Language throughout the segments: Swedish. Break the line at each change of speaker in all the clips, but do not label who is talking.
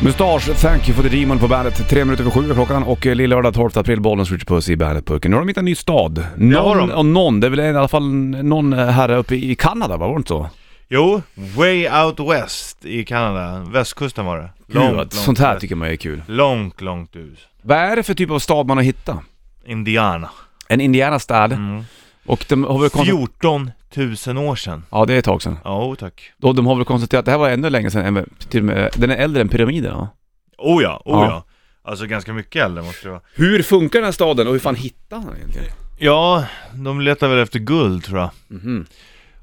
Mustasch, thank you for the demon på bandet. Tre minuter över sju är klockan och eh, lillördag 12 april, Bollnäs Richard Puss i Bandet-pucken. Nu har de hittat en ny stad.
har
Någon,
de.
och någon, det är väl i alla fall någon eh, herre uppe i Kanada va? Var det inte så?
Jo, Way Out West i Kanada. Västkusten var det.
Gud, vad- Sånt här tycker man är kul.
Långt, långt ut.
Vad är det för typ av stad man har hittat?
Indiana.
En indianastad.
Mm.
Och de har väl konstaterat...
14 000 år sedan.
Ja, det är ett tag sedan.
Ja, oh, tack.
Och de har väl konstaterat att det här var ännu längre sedan än, till och med, den är äldre än pyramiderna va?
Oh ja, oh
Ja.
ja. Alltså ganska mycket äldre måste det vara.
Hur funkar den här staden och hur fan hittar han den egentligen?
Ja, de letar väl efter guld tror jag.
Mhm.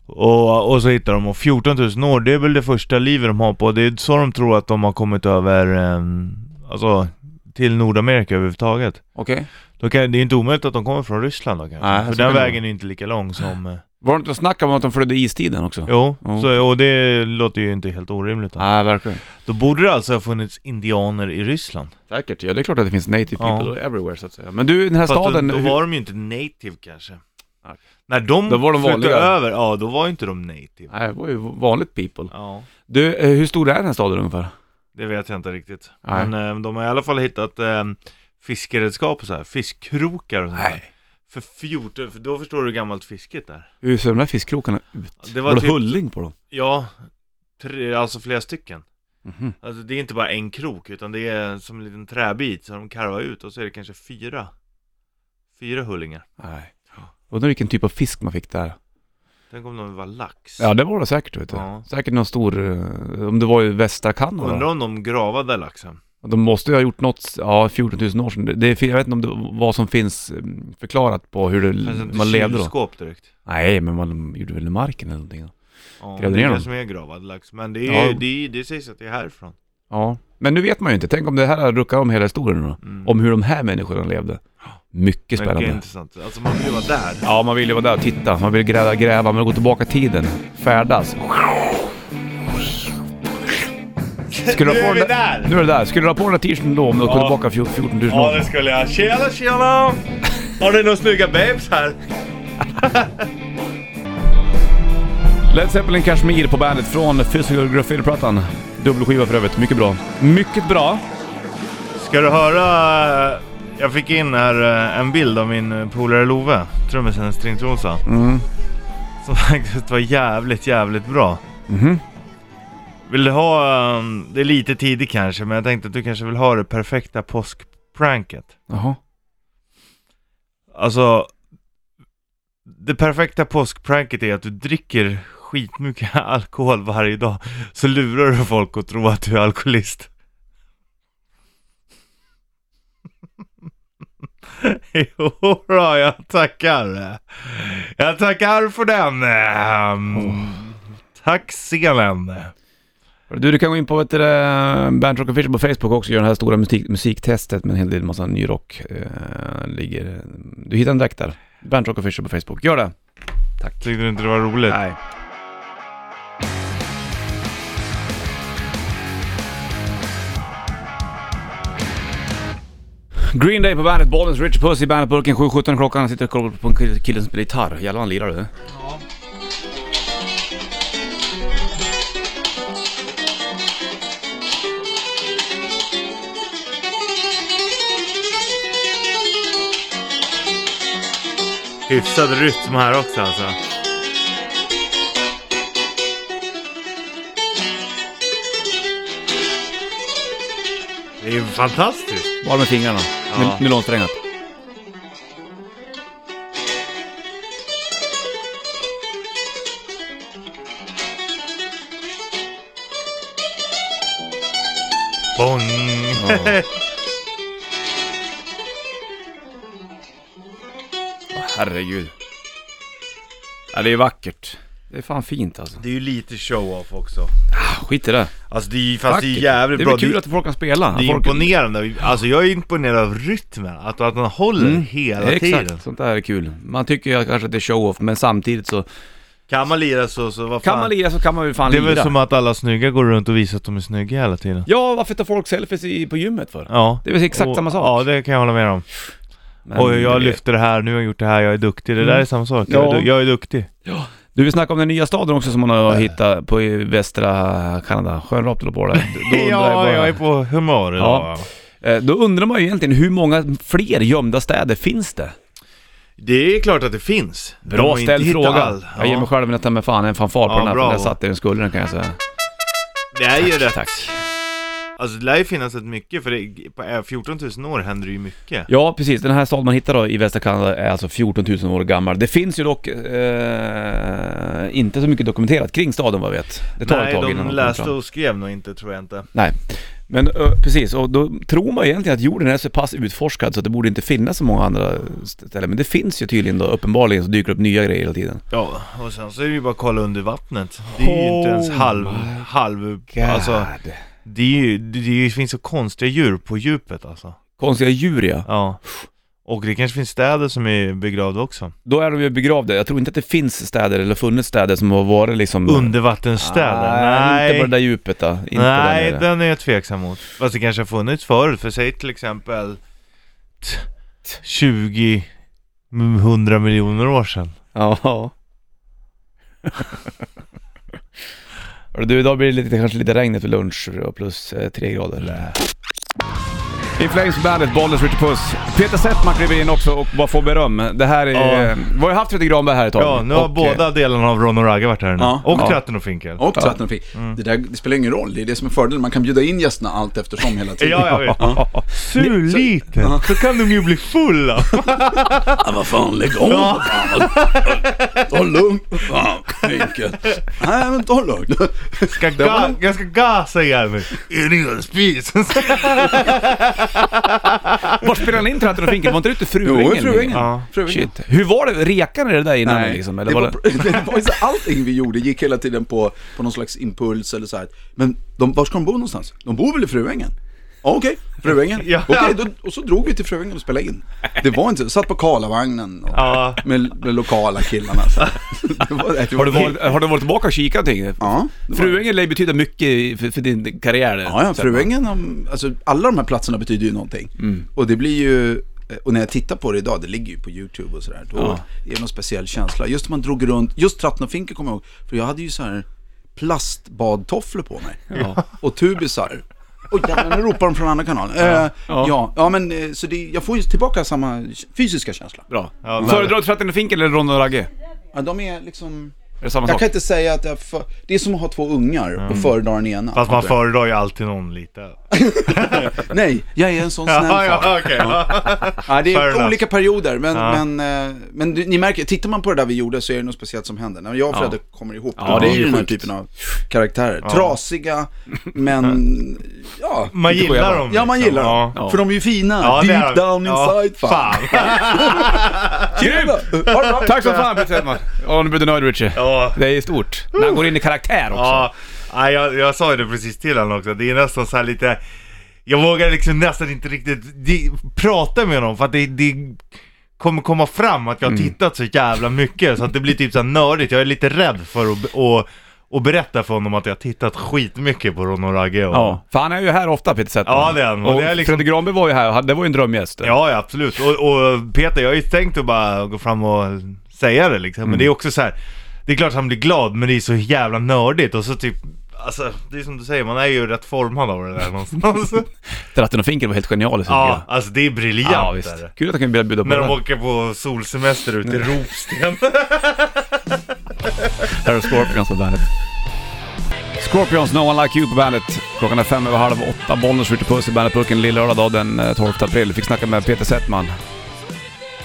Och, och så hittar de, och 14 000 år, det är väl det första livet de har på. Det är så de tror att de har kommit över, ehm, alltså till Nordamerika överhuvudtaget.
Okej.
Då kan, det är inte omöjligt att de kommer från Ryssland då kanske.
Nej,
För
så kan
den
det
vägen är inte lika lång som... eh,
Var det inte att snacka om att de flödde i istiden också?
Jo,
Ja.
så, och det låter ju inte helt orimligt. Då.
Nej, verkligen.
då borde det alltså ha funnits indianer i Ryssland.
Säkert, ja det är klart att det finns native
Ja.
people everywhere så att säga. Men du, den här staden,
då, då
hur-
var de ju inte native kanske.
Nej.
När de,
Då var de
flyttade
vanliga.
över, ja då var ju inte de native.
nej, det var ju vanligt people.
Ja,
Du, eh, hur stor är den här staden ungefär?
det vet jag inte riktigt.
Nej.
Men eh, de har i alla fall hittat eh, fiskeredskap och så här, fiskkrokar och sånt där. För 14, för då förstår du hur gammalt fisket är.
Hur ser de där fiskkrokarna ut?
Det
var,
var
det
typ,
hulling på dem?
ja, tre, alltså flera stycken.
Mhm.
Alltså det är inte bara en krok utan det är som en liten träbit som de karvar ut och så är det kanske fyra Fyra hullingar
Nej. Undrar vilken typ av fisk man fick där.
Tänk om de var lax
Ja det var det säkert vet du.
Ja.
Säkert någon stor, eh, om det var i västra
Undrar
Kanada.
om de gravade laxen
De måste ju ha gjort något, ja 14 000 år sedan. Det- Det, är- jag vet inte om det, vad som finns eh, förklarat på hur det,
Fanns det
man levde då.
kylskåp direkt?
Nej men man gjorde väl i marken eller någonting. Då.
Ja,
Grävde
det
ner
är
dem?
det som är gravad lax Men det, är,
Ja.
det, är- det sägs att det är härifrån
Ja. Men nu vet man ju inte, tänk om det här ruckar om hela historien då.
mm.
om hur de här människorna levde. Mycket spännande.
Mycket intressant Alltså man vill vara där
Ja, man vill ju vara där och titta. Man vill gräva, gräva, man vill gå tillbaka i tiden. Färdas. Skulle du ha på den
där!
Nu är det där. Skulle du ha på den där t-shirten då om du åker
Ja.
tillbaka fjort- 14 000
Ja
år?
det skulle jag Tjena tjena! Har ni några snygga babes här?
Led Zeppelin Kashmir på bandet från Physical Graffiti-plattan. Dubbelskiva för övrigt. Mycket bra. Mycket bra.
Ska du höra? eh, Jag fick in här eh, en bild av min eh, polare Love, trummisen i Stringtrosa.
Mm.
Som faktiskt var jävligt, jävligt bra.
Mhm.
Vill du ha, eh, det är lite tidigt kanske, men jag tänkte att du kanske vill ha det perfekta påskpranket.
Jaha.
Alltså, det perfekta påskpranket är att du dricker skitmycket alkohol varje dag. Så lurar du folk att tro att du är alkoholist. Jo, då, jag tackar. Jag tackar för den. ehm, Tack scenen.
Du, du kan gå in på vet du, det, Band Rock Official på Facebook också och göra det här stora musik, musiktestet med en hel del massa ny rock. Eh, ligger, du hittar den direkt där. Band Rock Official på Facebook. Gör det!
Tyckte du inte det var roligt?
Nej. Green Day på bandet, Bollens Rich Puss i bandetburken, 7.17 klockan, sitter och kollar på en kille- kille som spelar gitarr. Jävlar vad han lirar du.
Hyfsad rytm här också alltså. Det är ju fantastiskt.
Bara med fingrarna.
Ja.
Ny- Nylonsträngat.
Bong!
Åh, herregud. Ja, det är vackert. Det är fan fint alltså.
det är ju lite show-off också.
Ah, skit i det.
Alltså det är ju, fast det är
Vackert.
jävligt
det är
bra.
väl kul
det,
att folk kan spela.
det är
folk...
imponerande. Alltså jag är imponerad av rytmen. Att, att den håller
Mm.
hela tiden.
Exakt, sånt där är kul. Man tycker ju kanske att det är show-off, men samtidigt så...
Kan man lira så, så vad fan.
Kan man lira så kan man ju fan
det är
lira.
väl som att alla snygga går runt och visar att de är snygga hela tiden.
Ja, varför tar folk selfies i, på gymmet för?
Ja.
Det är väl exakt
Och-
samma sak.
Ja, det kan jag hålla med om.
Men
Oj, jag
det-
lyfter det här, nu har jag gjort det här, jag är duktig. Det där
Mm.
är samma sak.
Ja.
Jag, är du- jag är duktig.
Ja, Du, vi snackade om den nya staden också som man har hittat på i västra Kanada. Sjön Rapt håller på där. Då undrar jag
ja,
bara-
jag är på humör idag.
Eh, Då undrar man ju egentligen hur många fler gömda städer finns det?
Det är klart att det finns. De
Bra
har inte
ställd
hittat
fråga.
all. Ja.
Jag ger mig själv en ta mig fan en fanfar på
Ja,
den här, för
bra.
den satt i den skulden kan jag säga.
Det är ju rätt.
Tack.
Alltså det lär ju finnas rätt mycket för det, på eh, 14 000 år händer det ju mycket.
Ja, precis. Den här staden man hittar då i västra Kanada är alltså 14 000 år gammal. Det finns ju dock eh, inte så mycket dokumenterat kring staden vad jag vet. Det tar ett
Nej,
tag
de
innan kommer
läste
fram.
och skrev nog inte tror jag inte.
Nej. Men ö, precis, och då tror man egentligen att jorden är så pass utforskad så att det borde inte finnas så många andra ställen. Men det finns ju tydligen då, uppenbarligen så dyker det upp nya grejer hela tiden.
Ja, och sen så är det ju bara att kolla under vattnet. Det är ju inte ens
Oh
halv,
my
halv, alltså det, är ju, det, det finns så konstiga djur på djupet alltså.
Konstiga djur ja.
Ja. Och det kanske finns städer som är begravda också.
Då är de ju begravda. Jag tror inte att det finns städer eller funnits städer som har varit liksom...
Undervattensstäder?
Nej,
Nej,
inte på det där djupet då. Inte där
Nej
nere.
den är jag tveksam mot. Fast det kanske har funnits förut, för säg till exempel t- 20 100 miljoner år sedan.
Ja. Hörru Du, idag blir det lite, kanske lite regn efter lunch och plus eh, tre grader. In Flames på bandet, Bollnäs, Richard Puss. Peter Settman kliver in också och bara får beröm. Det här är...
Ja.
eh, Vi har ju haft Peter Granberg här ett tag.
Ja, nu har
Och, eh,
båda delarna av Ron och Ragge varit här nu.
Ja.
och
Ja. Mm.
Tratten och Finkel.
Och tratten och fick. Det, där, det spelar ingen roll, det är det som är fördelen. Man kan bjuda in gästerna allt eftersom hela
Ja,
tiden.
jag vet. Så lite,
Ja.
så kan de ju bli fulla.
Ah, vad fan, lägg av! vad fan. Ta lugnt, vad fan, Henke. Nej, men ta lugnt.
Ska ga- jag ska gasa ihjäl mig. Är det ingen spis?
eh, Var spelade han in Tratten och Finken? Var inte det ute i Fruängen?
Jo, Fruängen.
Ja.
Fruängen.
Shit. Hur var det? Rekade ni det där innan
Nej,
liksom?
det,
Eller var det...
var, det var ju så allting vi gjorde gick hela tiden på, på någon slags impuls eller så här. Men de, var ska de bo någonstans? De bor väl i Fruängen? Ja, okej, Fruängen.
Ja.
Okej, då, och så drog vi till Fruängen och spelade in. Det var inte, satt på Karlavagnen och,
Ja.
med, med lokala killarna. Så. här. Det var, det
Har du, varit, har du varit tillbaka och kikat någonting?
Ja, det var-
Fruängen lär ju betyda mycket i- för, för din karriär.
Ja, ja, Fruängen, de- alltså alla de här platserna betyder ju någonting. Och det blir ju, eh, och när jag tittar på det idag, det ligger ju på YouTube och sådär, då är det någon speciell känsla. Just när man drog runt, just Tratten och Finken kommer jag ihåg, för jag hade ju så här plastbadtofflor på mig.
Ja.
Och tubisar. Och jävlar, nu ropar de från andra kanalen. Ja, eh,
Ja.
ja. ja, men eh, så det, jag får ju tillbaka samma fysiska känsla.
Bra.
Ja, men-
Föredrar du Tratten och Finken eller Ron och Ragge?
Ja, de är liksom,
Är det samma
jag
sak?
kan inte säga att jag, för, det är som att ha två ungar och föredra den ena.
Fast man föredrar ju alltid någon lite.
Nej, jag är en sån snäll
Ja,
far.
ja, okej.
Ja, det
Fair
är
enough.
olika perioder, men,
Ja.
men, eh, men du- ni märker, tittar man på det där vi gjorde så är det något speciellt som händer. När jag och Fredde kommer ihop,
Ja,
ja,
det
det
är
blir
ju
den här
sjukt.
typen av karaktärer. Trasiga, men ja.
Man
Inte
gillar
själva.
dem.
Ja, man
liksom.
gillar dem.
Ja.
För de är ju fina.
Ja, det är
Deep
de.
down
Ja,
inside, fan.
Grymt!
Ha det bra.
Tack så fan Peter Settman. Ja, nu blir du nöjd Richie.
Ja.
Det är stort. När han går in i karaktär också.
Ja, nej, jag, jag sa ju det precis till honom också. Det är nästan så här lite... Jag vågar liksom nästan inte riktigt di, prata med honom för att det, det kommer komma fram att jag har
Mm.
tittat så jävla mycket så att det blir typ så här nördigt. Jag är lite rädd för att och, och berätta för honom att jag har tittat skitmycket på Ron och Ragge. Och,
Ja, för han är ju här ofta Peter Settman.
Ja, det är han. Och
Och
det är liksom-
Fredrik Granberg var ju här och han- det var ju en drömgäst.
Ja, ja absolut. Och, och Peter, jag har ju tänkt att bara gå fram och säga det liksom. Men
Mm.
det är också så här. Det är klart att han blir glad, men det är så jävla nördigt. Och så typ, alltså det är som du säger, man är ju rätt formad av det där någonstans.
Tratten och Finken var helt genial.
ja, alltså det är briljant.
ja,
är det.
visst. Kul att han kan bjuda bjuda på
När de
det.
åker på solsemester ute i Ropsten.
Här är Scorpions på bandet. Scorpions, No One Like You på bandet. Klockan är fem över halv åtta. Bollnäs skjuter puss i bandetburken lillördag då, den eh, 12 april. Fick snacka med Peter Settman.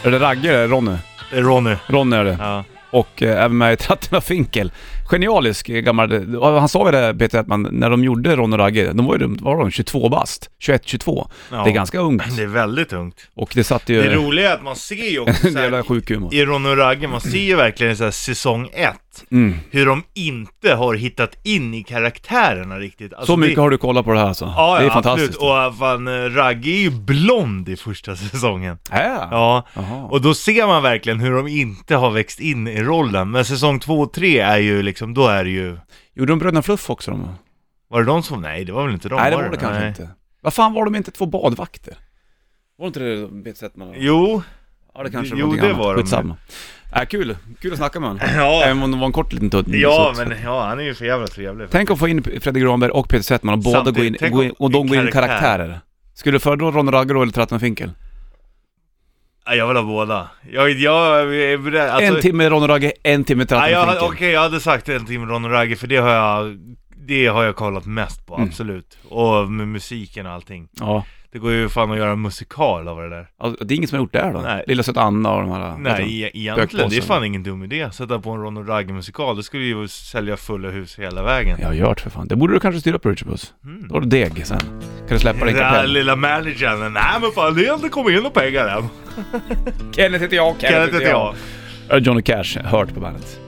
Är det Ragge eller Ronny?
Ronny.
Ronny är det.
Ja.
Och eh, även med i Tratten och Finkel. Genialisk eh, gammal... och Han sa ju det Peter Settman, när de gjorde Ronny och Ragge, de var ju de- var de 22 bast. 21, 22.
Ja.
Det är ganska ungt.
Det är väldigt tungt.
Och det satt ju...
Det roliga är att man ser ju också
en
så här,
jävla sjuk humor.
i Ron och Ragge, man ser ju verkligen så här säsong ett.
Mm.
Hur de inte har hittat in i karaktärerna riktigt. Alltså,
Så mycket
det,
har du kollat på det här alltså.
Ja,
det är
ja,
fantastiskt.
absolut. Och fan, eh, Ragge är ju blond i första säsongen.
Ja.
Ja,
Äh! Jaha.
och då ser man verkligen hur de inte har växt in i rollen. Men säsong två och tre är ju liksom, då är det ju...
Gjorde de Bröderna Fluff också de?
Var det de som... Nej, det var väl inte de?
Nej det var det kanske
Nej.
inte. Vad fan var de inte två badvakter? Var det inte det Peter Settman?
Jo,
Ja, det kanske
Jo,
var någonting
det
annat.
var de.
Skitsamma. Äh, kul. Kul att snacka med honom.
Ja.
Även om det var en kort liten tutt.
Ja,
så-
men ja, han är ju för jävla trevlig.
Tänk att få in Fredrik Granberg och Peter Settman och båda
Samtidigt,
gå in,
tänk
gå in,
om-
och de
i
går in i
karaktär.
karaktärer. Skulle du föredra Ronny Raggero eller Trattan Finkel?
Ja, jag vill ha båda. Jag, jag, jag, beredd- alltså,
en timme Ronny Ragge, en timme Trattan
Ja, jag,
Finkel.
Okej, jag hade sagt en timme Ron och Ragge, för det har jag, det har jag kollat mest på,
Mm.
absolut. Och med musiken och allting.
Ja.
Det går ju fan att göra en musikal av det där.
Alltså, det är ingen som har gjort det här då?
Nej.
Lilla Söta Anna och de här... vet du?
Nej, e- egentligen, det är
Bökpåsen.
fan ingen dum idé. Sätta på en Ron och Ragge musikal, det skulle ju sälja fulla hus hela vägen.
Jag har gjort för fan. Det borde du kanske styra på Richard Puss.
Mm.
Då har du deg sen. Kan du släppa din
Den här
kapell?
lilla managern, nej men fan det har inte kommit in några pengar än.
Kenneth heter jag,
Kenneth heter jag.
jag. Eh, Johnny Cash, hört på bandet.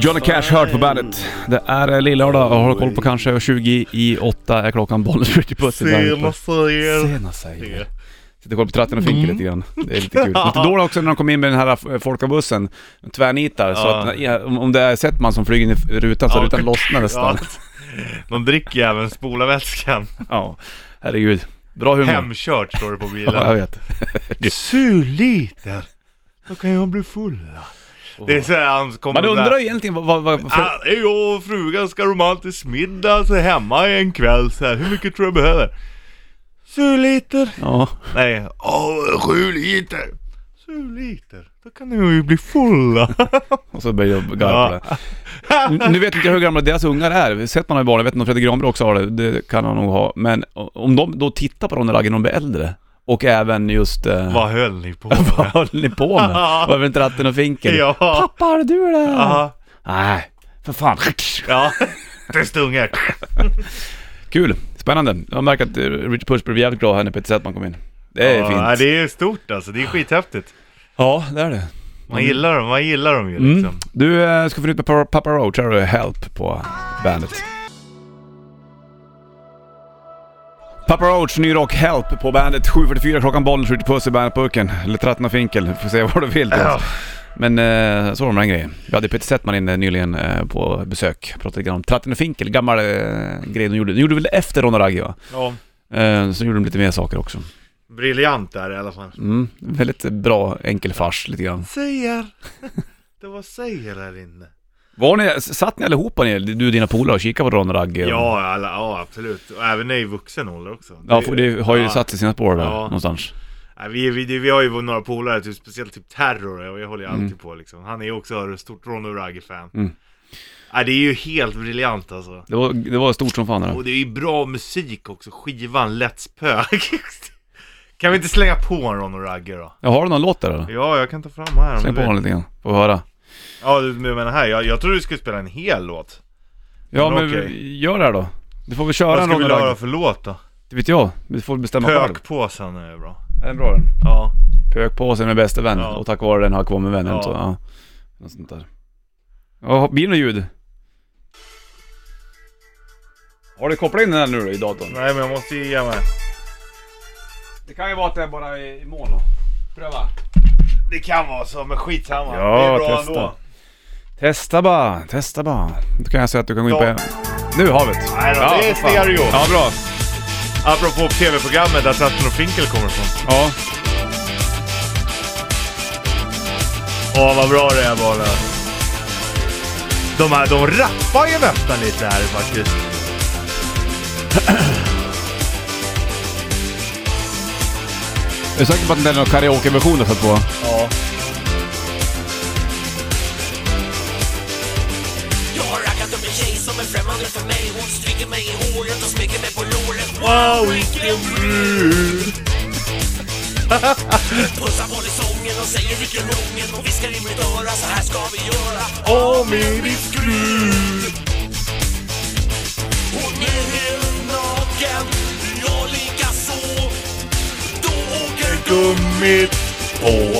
Johnny Cash, hört på bandet. Det är eh, lillördag och har du koll på kanske 20 i 8 är klockan. Bollnäs Richard Puss. i bandet.
Senaste er.
Sena säger Sitter och kollar på tratten och finker lite grann. Det är lite kul. Lite dåligt också när de kom in med den här eh, folkabussen. De Tvärnitar. Så
Ja.
att, eh, ja, om om det är Settman som flyger in i rutan så
Ja.
rutan lossnar nästan.
Ja. De dricker ju även spolarvätskan.
Ja. Herregud. Bra humor.
Hemkört står det på
Mm. Ja, jag
bilen.
vet.
Sur liten. Då kan jag bli full. Det är så här han kommer
Man undrar
där.
ju egentligen vad... vad, vad för...
Ah, är jag och frugan ska romantisk middag så hemma en kväll så här. Hur mycket tror jag behöver? Sju liter.
Ja.
Nej, åh, sju liter. Sju liter. Då kan jag ju bli full.
Och så börjar jag garva på det. Nu- Nu vet inte jag hur gamla deras ungar är. Settman har ju barn. Jag vet inte om Fredrik Granberg också har det. Det kan han nog ha. Men o- om de då tittar på Ronny Ragge när de blir äldre. Och även just... eh,
Vad höll ni på med?
Vad höll ni på med? Var väl inte ratten och finken?
Ja.
Pappa, har du det?
Ja,
Nej, för fan.
ja. Det stungar.
Kul, spännande. Jag har märkt att eh, Richard Puss blev jävligt glad här när Peter Settman kom in. Det är
Ja,
fint.
det är stort alltså. Det är skithäftigt.
Ja, det är det.
Man gillar dem, man gillar dem ju liksom.
Mm. Du eh, ska få nytt med Papa- Papa Roach. Här har du Help på bandet. Papa Roach, ny rock, Help på bandet. 7.44 klockan, bollen skjuter puss i bandetburken. Eller tratten och finkel, får se vad du vill.
Ja.
Men eh, så var det med den grejen. Vi hade Peter Settman inne nyligen eh, på besök. Pratade lite grann om Tratten och Finkel, gammal eh, grej de gjorde. De gjorde väl det efter Ron och Ragge va?
Ja,
Eh, så gjorde de lite mer saker också.
briljant där i alla fall.
Mm, väldigt bra enkel fars lite grann.
Säger. Det var säger här inne.
Var ni, satt ni allihopa ner, du och dina polare och kikade på Ron och Ragge? och-
Ja, alla, ja absolut. Och även i vuxen ålder också.
Ja, för det har ju
ja.
satt sig sina spår där
Ja.
någonstans.
Ja, vi, vi, det- vi har ju några polare, typ, speciellt typ Terror, och jag håller ju alltid på liksom. Han är ju också ett stort Ron och Ragge-fan.
Mm.
Ja, det är ju helt briljant alltså.
Det var, det var stort som fan det där.
Och det är ju bra musik också, skivan Let's Pög. kan vi inte slänga på en Ron och Ragge då?
Ja, har du någon låt där eller?
Ja, jag kan ta fram här om
Släng
du
på
vill.
den lite grann, får vi höra.
Ja, du menar här, jag, jag tror du skulle spela en hel låt.
Ja men,
Men okej.
gör det här då. Du får väl köra
Vad
en
ska
Ron
vi
och
göra
Ragge.
för låt då?
Det vet jag, du får bestämma själv.
Pökpåsen är bra.
Är den bra den?
Ja.
Pökpåsen med bästa vän
Ja.
och tack vare den har jag kvar med vännen.
Ja.
Så, ja. Något sånt där. Ja, blir det något ljud? Har du kopplat in den här nu då, i datorn?
Nej men jag måste ju ge mig.
Det kan ju vara att det är bara i i mål då. Pröva.
Det kan vara så, men skitsamma.
Ja,
det är bra
testa.
ändå.
Testa bara, testa bara. Då kan jag säga att du kan gå in på... Nu har vi det.
Nej då, det är
för fan.
stereo.
Ja, bra.
Apropå tv-programmet där Saturn och Finkel kommer ifrån.
Ja.
Åh vad bra det är bara. De, här, de rappar ju nästan lite här faktiskt.
Är du säker på att det inte är någon karaokeversion du satt på?
Ja.
Jag har raggat upp en tjej som är främmande för mig Hon stryker mig i håret och smeker mig på låret
Wow, vilken brud!
Pussar horisongen och säger vilken ången Och viskar i mitt öra så här ska vi göra
Åh, min ditt brud!
Hon är helt naken, jag likaså Då åker
Gummit på.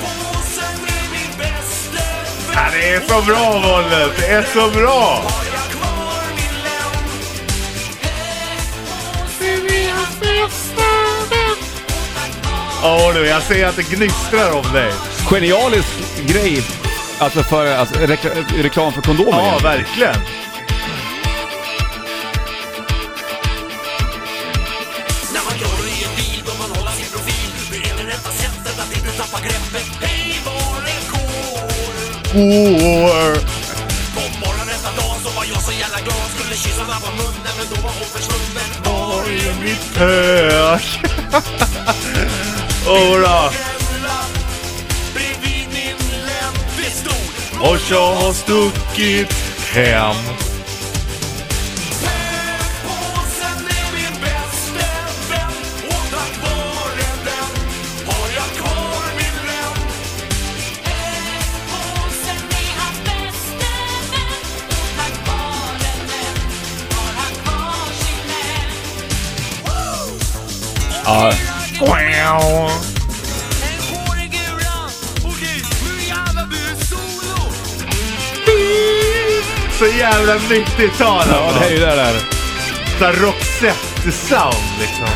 påsen med min bästa
Ja,
vän
det är så bra Vollet! Det är så bra!
Har jag kvar min lön?
Åh du, jag ser att det gnistrar om dig.
Genialisk grej. Alltså för alltså, rekla- reklam för kondomer.
Ja,
egentligen.
verkligen.
När man gör det i en bil bör man hålla sin ro
år.
På morgonen nästa dag så var jag så jävla glad Skulle kyssa henne på munnen men då var hon försvunnen Var är mitt
Hög. Ora,
gamla bredvid min länd? Vi stod
och jag har stuckit hem.
Påsen är min bästa vän och tack vare den har jag kvar min vän
Påsen är hans bäste vän och tack vare den har han kvar sin vän.
Ja,
En hårig gura och gud, nu jävlar blir det solo
Så jävla alltså. 90-tal.
ja det är ju det där.
Såhär Roxette-sound liksom.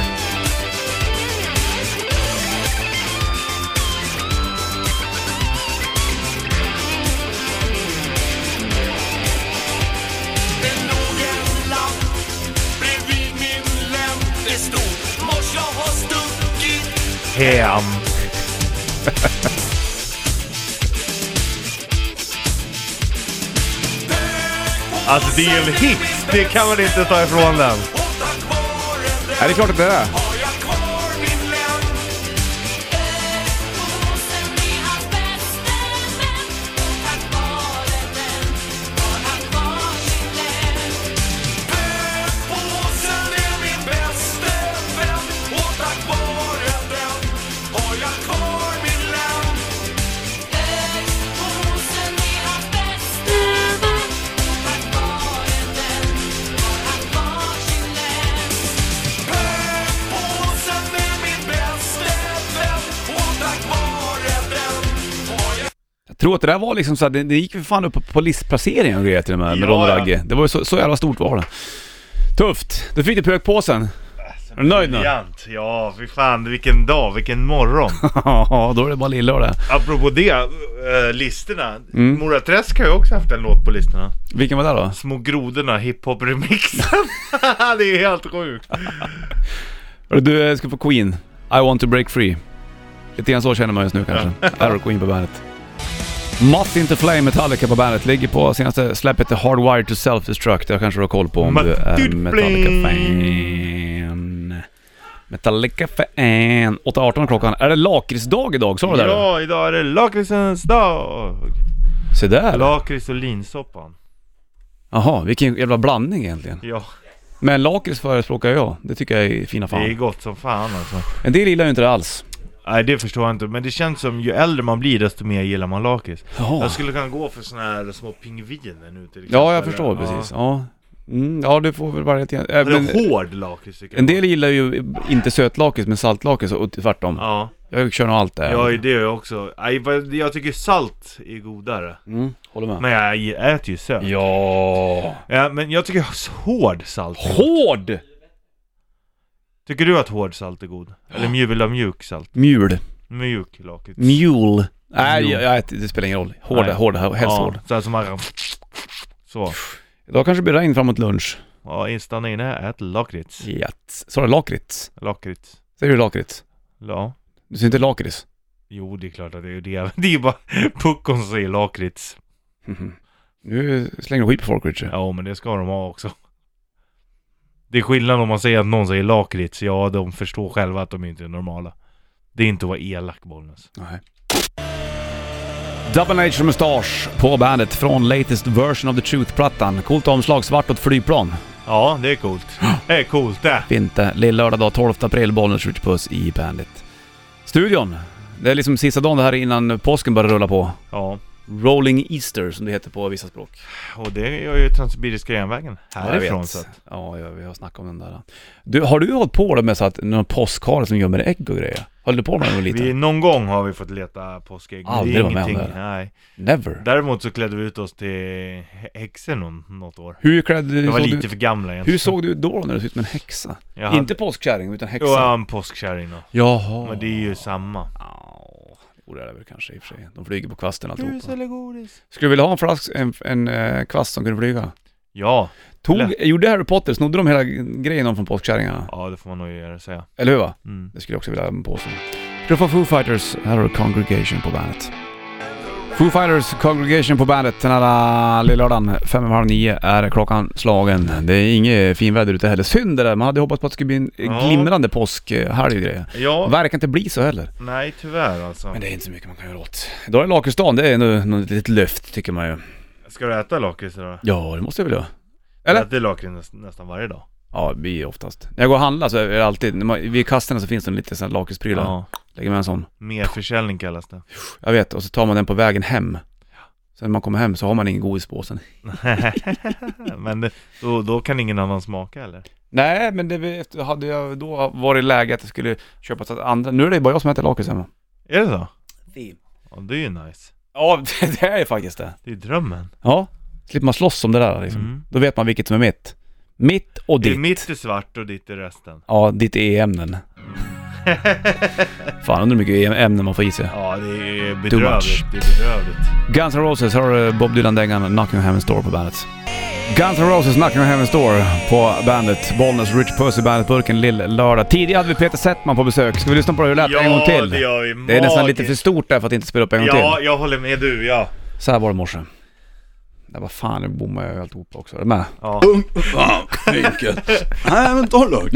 Det låg en lapp bredvid min länd Det stod mors jag har stuckit
Hem. Alltså det är en hit, det kan man inte ta ifrån den.
och tack vare den
Ja, det är klart att det är.
har jag kvar min vän
Påsen är hans bäste vän och tack vare den har han kvar sin vän.
Påsen är min bästa vän och tack vare den har jag kvar min lön.
Påsen är hans bäste vän och tack vare den har han kvar sin vän.
Påsen är min bästa vän och tack vare den har jag
Jag tror att det där var liksom såhär, det, det gick för fan upp på, på listplaceringen och grejer till och med, med
Ja,
Ronny
ja.
Ragge. Det var ju så, så jävla stort var det. Tufft. Du fick du pökpåsen. Är du nöjd nu?
Briljant. Ja, fy fan vilken dag, vilken morgon.
Ja, då är det bara lilla det.
Apropå det, äh, listorna.
Mm.
Mora Träsk har ju också haft en låt på listorna.
Vilken var det då?
Små grodorna, hiphop-remixen. det är helt sjukt.
Hörru, Du eh, ska få Queen. I want to break free. Lite grann så känner man just nu kanske. Här har du Queen på bandet. Moth Into Flame Metallica på bandet. Ligger på senaste släppet The Hardwired to Self-Destruct. Jag kanske du har koll på om du är
Matute
Metallica-fan. Metallica-fan. 8.18 klockan. Är det lakritsdag idag? Sa du det?
Ja, idag är det lakritsens dag.
Se där.
Lakrits och linsoppan.
Jaha, vilken jävla blandning egentligen.
Ja,
Men lakrits förespråkar jag. Det tycker jag är fina
det är
fan.
gott som fan alltså.
En del gillar ju inte det alls.
Nej det förstår jag inte, men det känns som ju äldre man blir desto mer gillar man lakrits.
Jaha.
Jag skulle kunna gå för såna här små pingviner nu till exempel.
Ja, jag förstår precis. Ja, mm, ja du får väl varje lite grann.
Eller
Äh, men
hård lakrits tycker jag.
En del gillar ju inte sötlakrits men saltlakrits och tvärtom.
Ja,
Jag kör nog allt det. här.
ja det gör jag också. Nej, vad- Jag tycker salt är godare.
Mm, håller med.
Men jag äter ju sött.
Ja.
Ja, men jag tycker hård salt.
Hård!
Tycker du att hård salt är god? Eller mjul, vill du ha mjuk salt?
Mjul.
Mjuk lakrits.
Mjul. Nej, jag, jag, det spelar ingen roll. Hård,
Nej.
hård, helst hård.
Ja, så här som man... Så.
Idag kanske det blir regn framåt lunch.
Ja, in- stanna inne, ät lakrits.
Yes. Sa du lakrits?
Lakrits.
Säger du lakrits?
Ja.
Du säger inte lakrits?
Jo, det är klart att det är det. Det är ju bara puckon som säger lakrits.
Mhm. Nu slänger du skit på folk Richard.
Ja, men det ska de ha också. Det är skillnad om man säger att någon säger lakrits. Ja, de förstår själva att de inte är normala. Det är inte att vara elak, Bollnäs.
Nej. Double Nature Mustache på bandet från Latest Version of the Truth-plattan. Coolt omslag, svart och ett flygplan.
Ja, det är coolt. Det är coolt det.
Fint det. Lillördag dag 12 april, Bollnäs Ritch Puss i bandet. Studion. Det är liksom sista dagen det här innan påsken börjar rulla på.
Ja,
Rolling Easter som det heter på vissa språk.
och det gör ju Transsibiriska järnvägen
Jag
härifrån.
vet.
Så att,
Ja, ja, vi har snackat om den där. Du, har du hållit på det med så att någon påskhare som gömmer ägg och grejer? Höll du på med det när du var
vi,
liten?
någon gång har vi fått leta påskägg. men det är
Aldrig varit med om
ingenting-
det
Nej.
Never.
Däremot så klädde vi ut oss till häxor någon- något år.
Hur klädd...
Vi var
såg du-
lite för gamla egentligen.
Hur såg du ut då när du såg ut som en häxa?
Jag hade-
Inte påskkärring utan häxa?
Jo, jag har en påskkärring då.
Jaha.
Men det är ju samma.
Ja, det borde det väl kanske i och för sig. De flyger på kvasten
Grus
alltihopa.
eller godis?
Skulle du vilja ha en, flask, en, en eh, kvast som kunde flyga?
Ja,
Tog,
Lätt.
gjorde Harry Potter, snodde de hela grejen om från påskkärringarna?
ja det får man nog göra säga.
Eller hur va?
Mm.
Det skulle jag också vilja påstå. Ska du få Foo Fighters, här har du Congregation på bandet. Foo Fighters Congregation på bandet den här äh, lillördagen. Fem över halv nio är klockan slagen. Det är inget finväder ute heller. Synd det där, man hade hoppats på att det skulle bli en
Ja.
glimrande påskhelg och grejer.
Ja.
Verkar inte bli så heller.
Nej, tyvärr alltså.
Men det är inte så mycket man kan göra åt. Idag är lakritsdagen, det är nu något litet löft tycker man ju.
Ska du äta lakrits idag?
Ja, det måste jag väl göra.
Jag
Eller?
äter lakrits näs- nästan varje dag.
Ja, det blir oftast. När jag går och handlar så är det alltid, när man, vid kassorna så finns det en liten sån här lakritsprylar.
Ja.
Lägger med en sån.
Merförsäljning kallas det.
Jag vet, och så tar man den på vägen hem. Sen när man kommer hem så har man ingen godispåsen.
Men det- då, då kan ingen annan smaka eller?
Nej, men det vet- hade jag då varit läge att jag skulle köpa så att andra... Nu är det bara jag som äter lakrits hemma.
Är det så? Ja, det är ju nice.
Ja, det, det är faktiskt det.
Det är drömmen.
Ja, slipper man slåss om det där liksom.
Mm.
Då vet man vilket som är mitt. Mitt och
Det är
ditt.
mitt är svart och ditt är resten.
Ja, ditt är ämnen. Fan, undrar hur mycket ämnen man får i sig.
Ja, det är
much.
bedrövligt. Det är bedrövligt.
Guns N' Roses, här har du Bob Dylan-dängan Knocking on Heaven's Door på bandet. Guns N' Roses Knocking on Heaven's Door på bandet. Bollnäs Rich Puss i bandet-burken Lill-lördag. Tidigare hade vi Peter Settman på besök. Ska vi lyssna på hur det lät en gång till?
det gör vi.
Det är nästan lite
Magiskt.
för stort där för att inte spela upp en gång
Ja,
till.
jag håller med du, ja.
Så här var det i morse. Det var fan, nu bommade jag ju alltihopa också. Är du med?
Punk, punk, enkelt. Nej, men ta lugnt.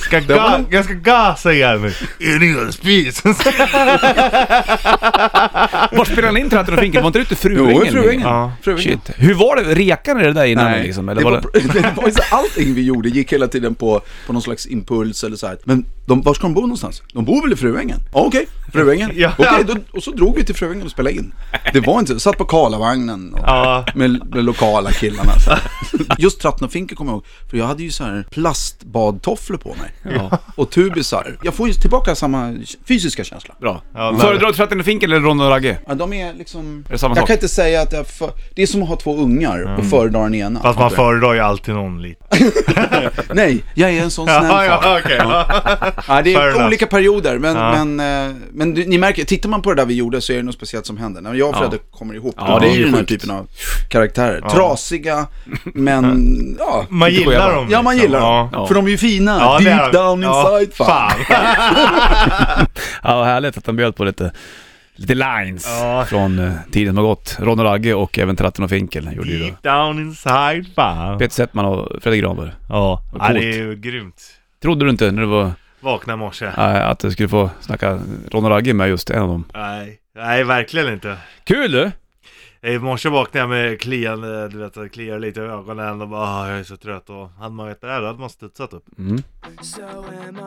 Ska ga- jag ska gasa ihjäl mig. Är det ingen spis?
Var spelade ni in Tratten och Finken? Var inte det ute i
Jo,
Fruängen?
Fruängen.
Ja.
Fruängen.
Shit. Hur var det? Rekade ni det där innan
Nej,
liksom? Eller
det,
var
var,
det...
det var ju så allting vi gjorde gick hela tiden på, på någon slags impuls eller så här. Men de, var ska de bo någonstans? De bor väl i Fruängen? Ja, okej, Fruängen.
Ja.
Okej, då, och så drog vi till Fruängen och spelade in. Det var inte, satt på Karlavagnen och,
Ja.
med, med lokala killarna. Så här. Just Tratten och Finken kommer jag ihåg, för jag hade ju så här plastbadtofflor på mig. Och tubisar. Jag får ju tillbaka samma fysiska känsla.
Bra.
Ja, men-
Föredrar du Tratten och Finken eller Ronny och Ragge?
Ja, de är liksom...
det samma
jag
sak? Mm.
kan inte säga att jag... För, det är som att ha två ungar och föredra den ena.
Fast man föredrar ju alltid någon lite.
Nej, jag är en sån snäll
Ja,
far.
ja, okej.
Ja, det
Fair
är
enough.
olika perioder, men,
Ja.
men, eh, men du- ni märker, tittar man på det där vi gjorde så är det något speciellt som händer. När jag och Fredde kommer ihop,
Ja,
då
det
blir
är ju
den här
sjukt.
typen av karaktärer. Trasiga, men ja.
Man
Inte på
gillar
jävla-
dem.
Ja, man
liksom.
gillar dem.
Ja.
För de är ju fina.
Ja, det är
Deep
de.
down
Ja,
inside, fan.
fan.
Ja, vad härligt att han bjöd på lite, lite lines
Ja.
från eh, tiden som har gått. Ronny och Ragge och även Tratten och Finken gjorde ju det.
Deep down inside, fan.
Peter Settman och Fredrik Granberg.
Ja,
Vad
ja
coolt.
det är ju grymt.
Trodde du inte när du var,
Vakna i morse.
eh, att du skulle få snacka Ronny och Ragge med just en av dem?
Nej, nej verkligen inte.
Kul du!
I morse vaknade jag med kliande, du vet, det kliar lite i ögonen och bara ah, jag är så trött och hade man vetat det här då hade man studsat upp.
Mm.
So am I.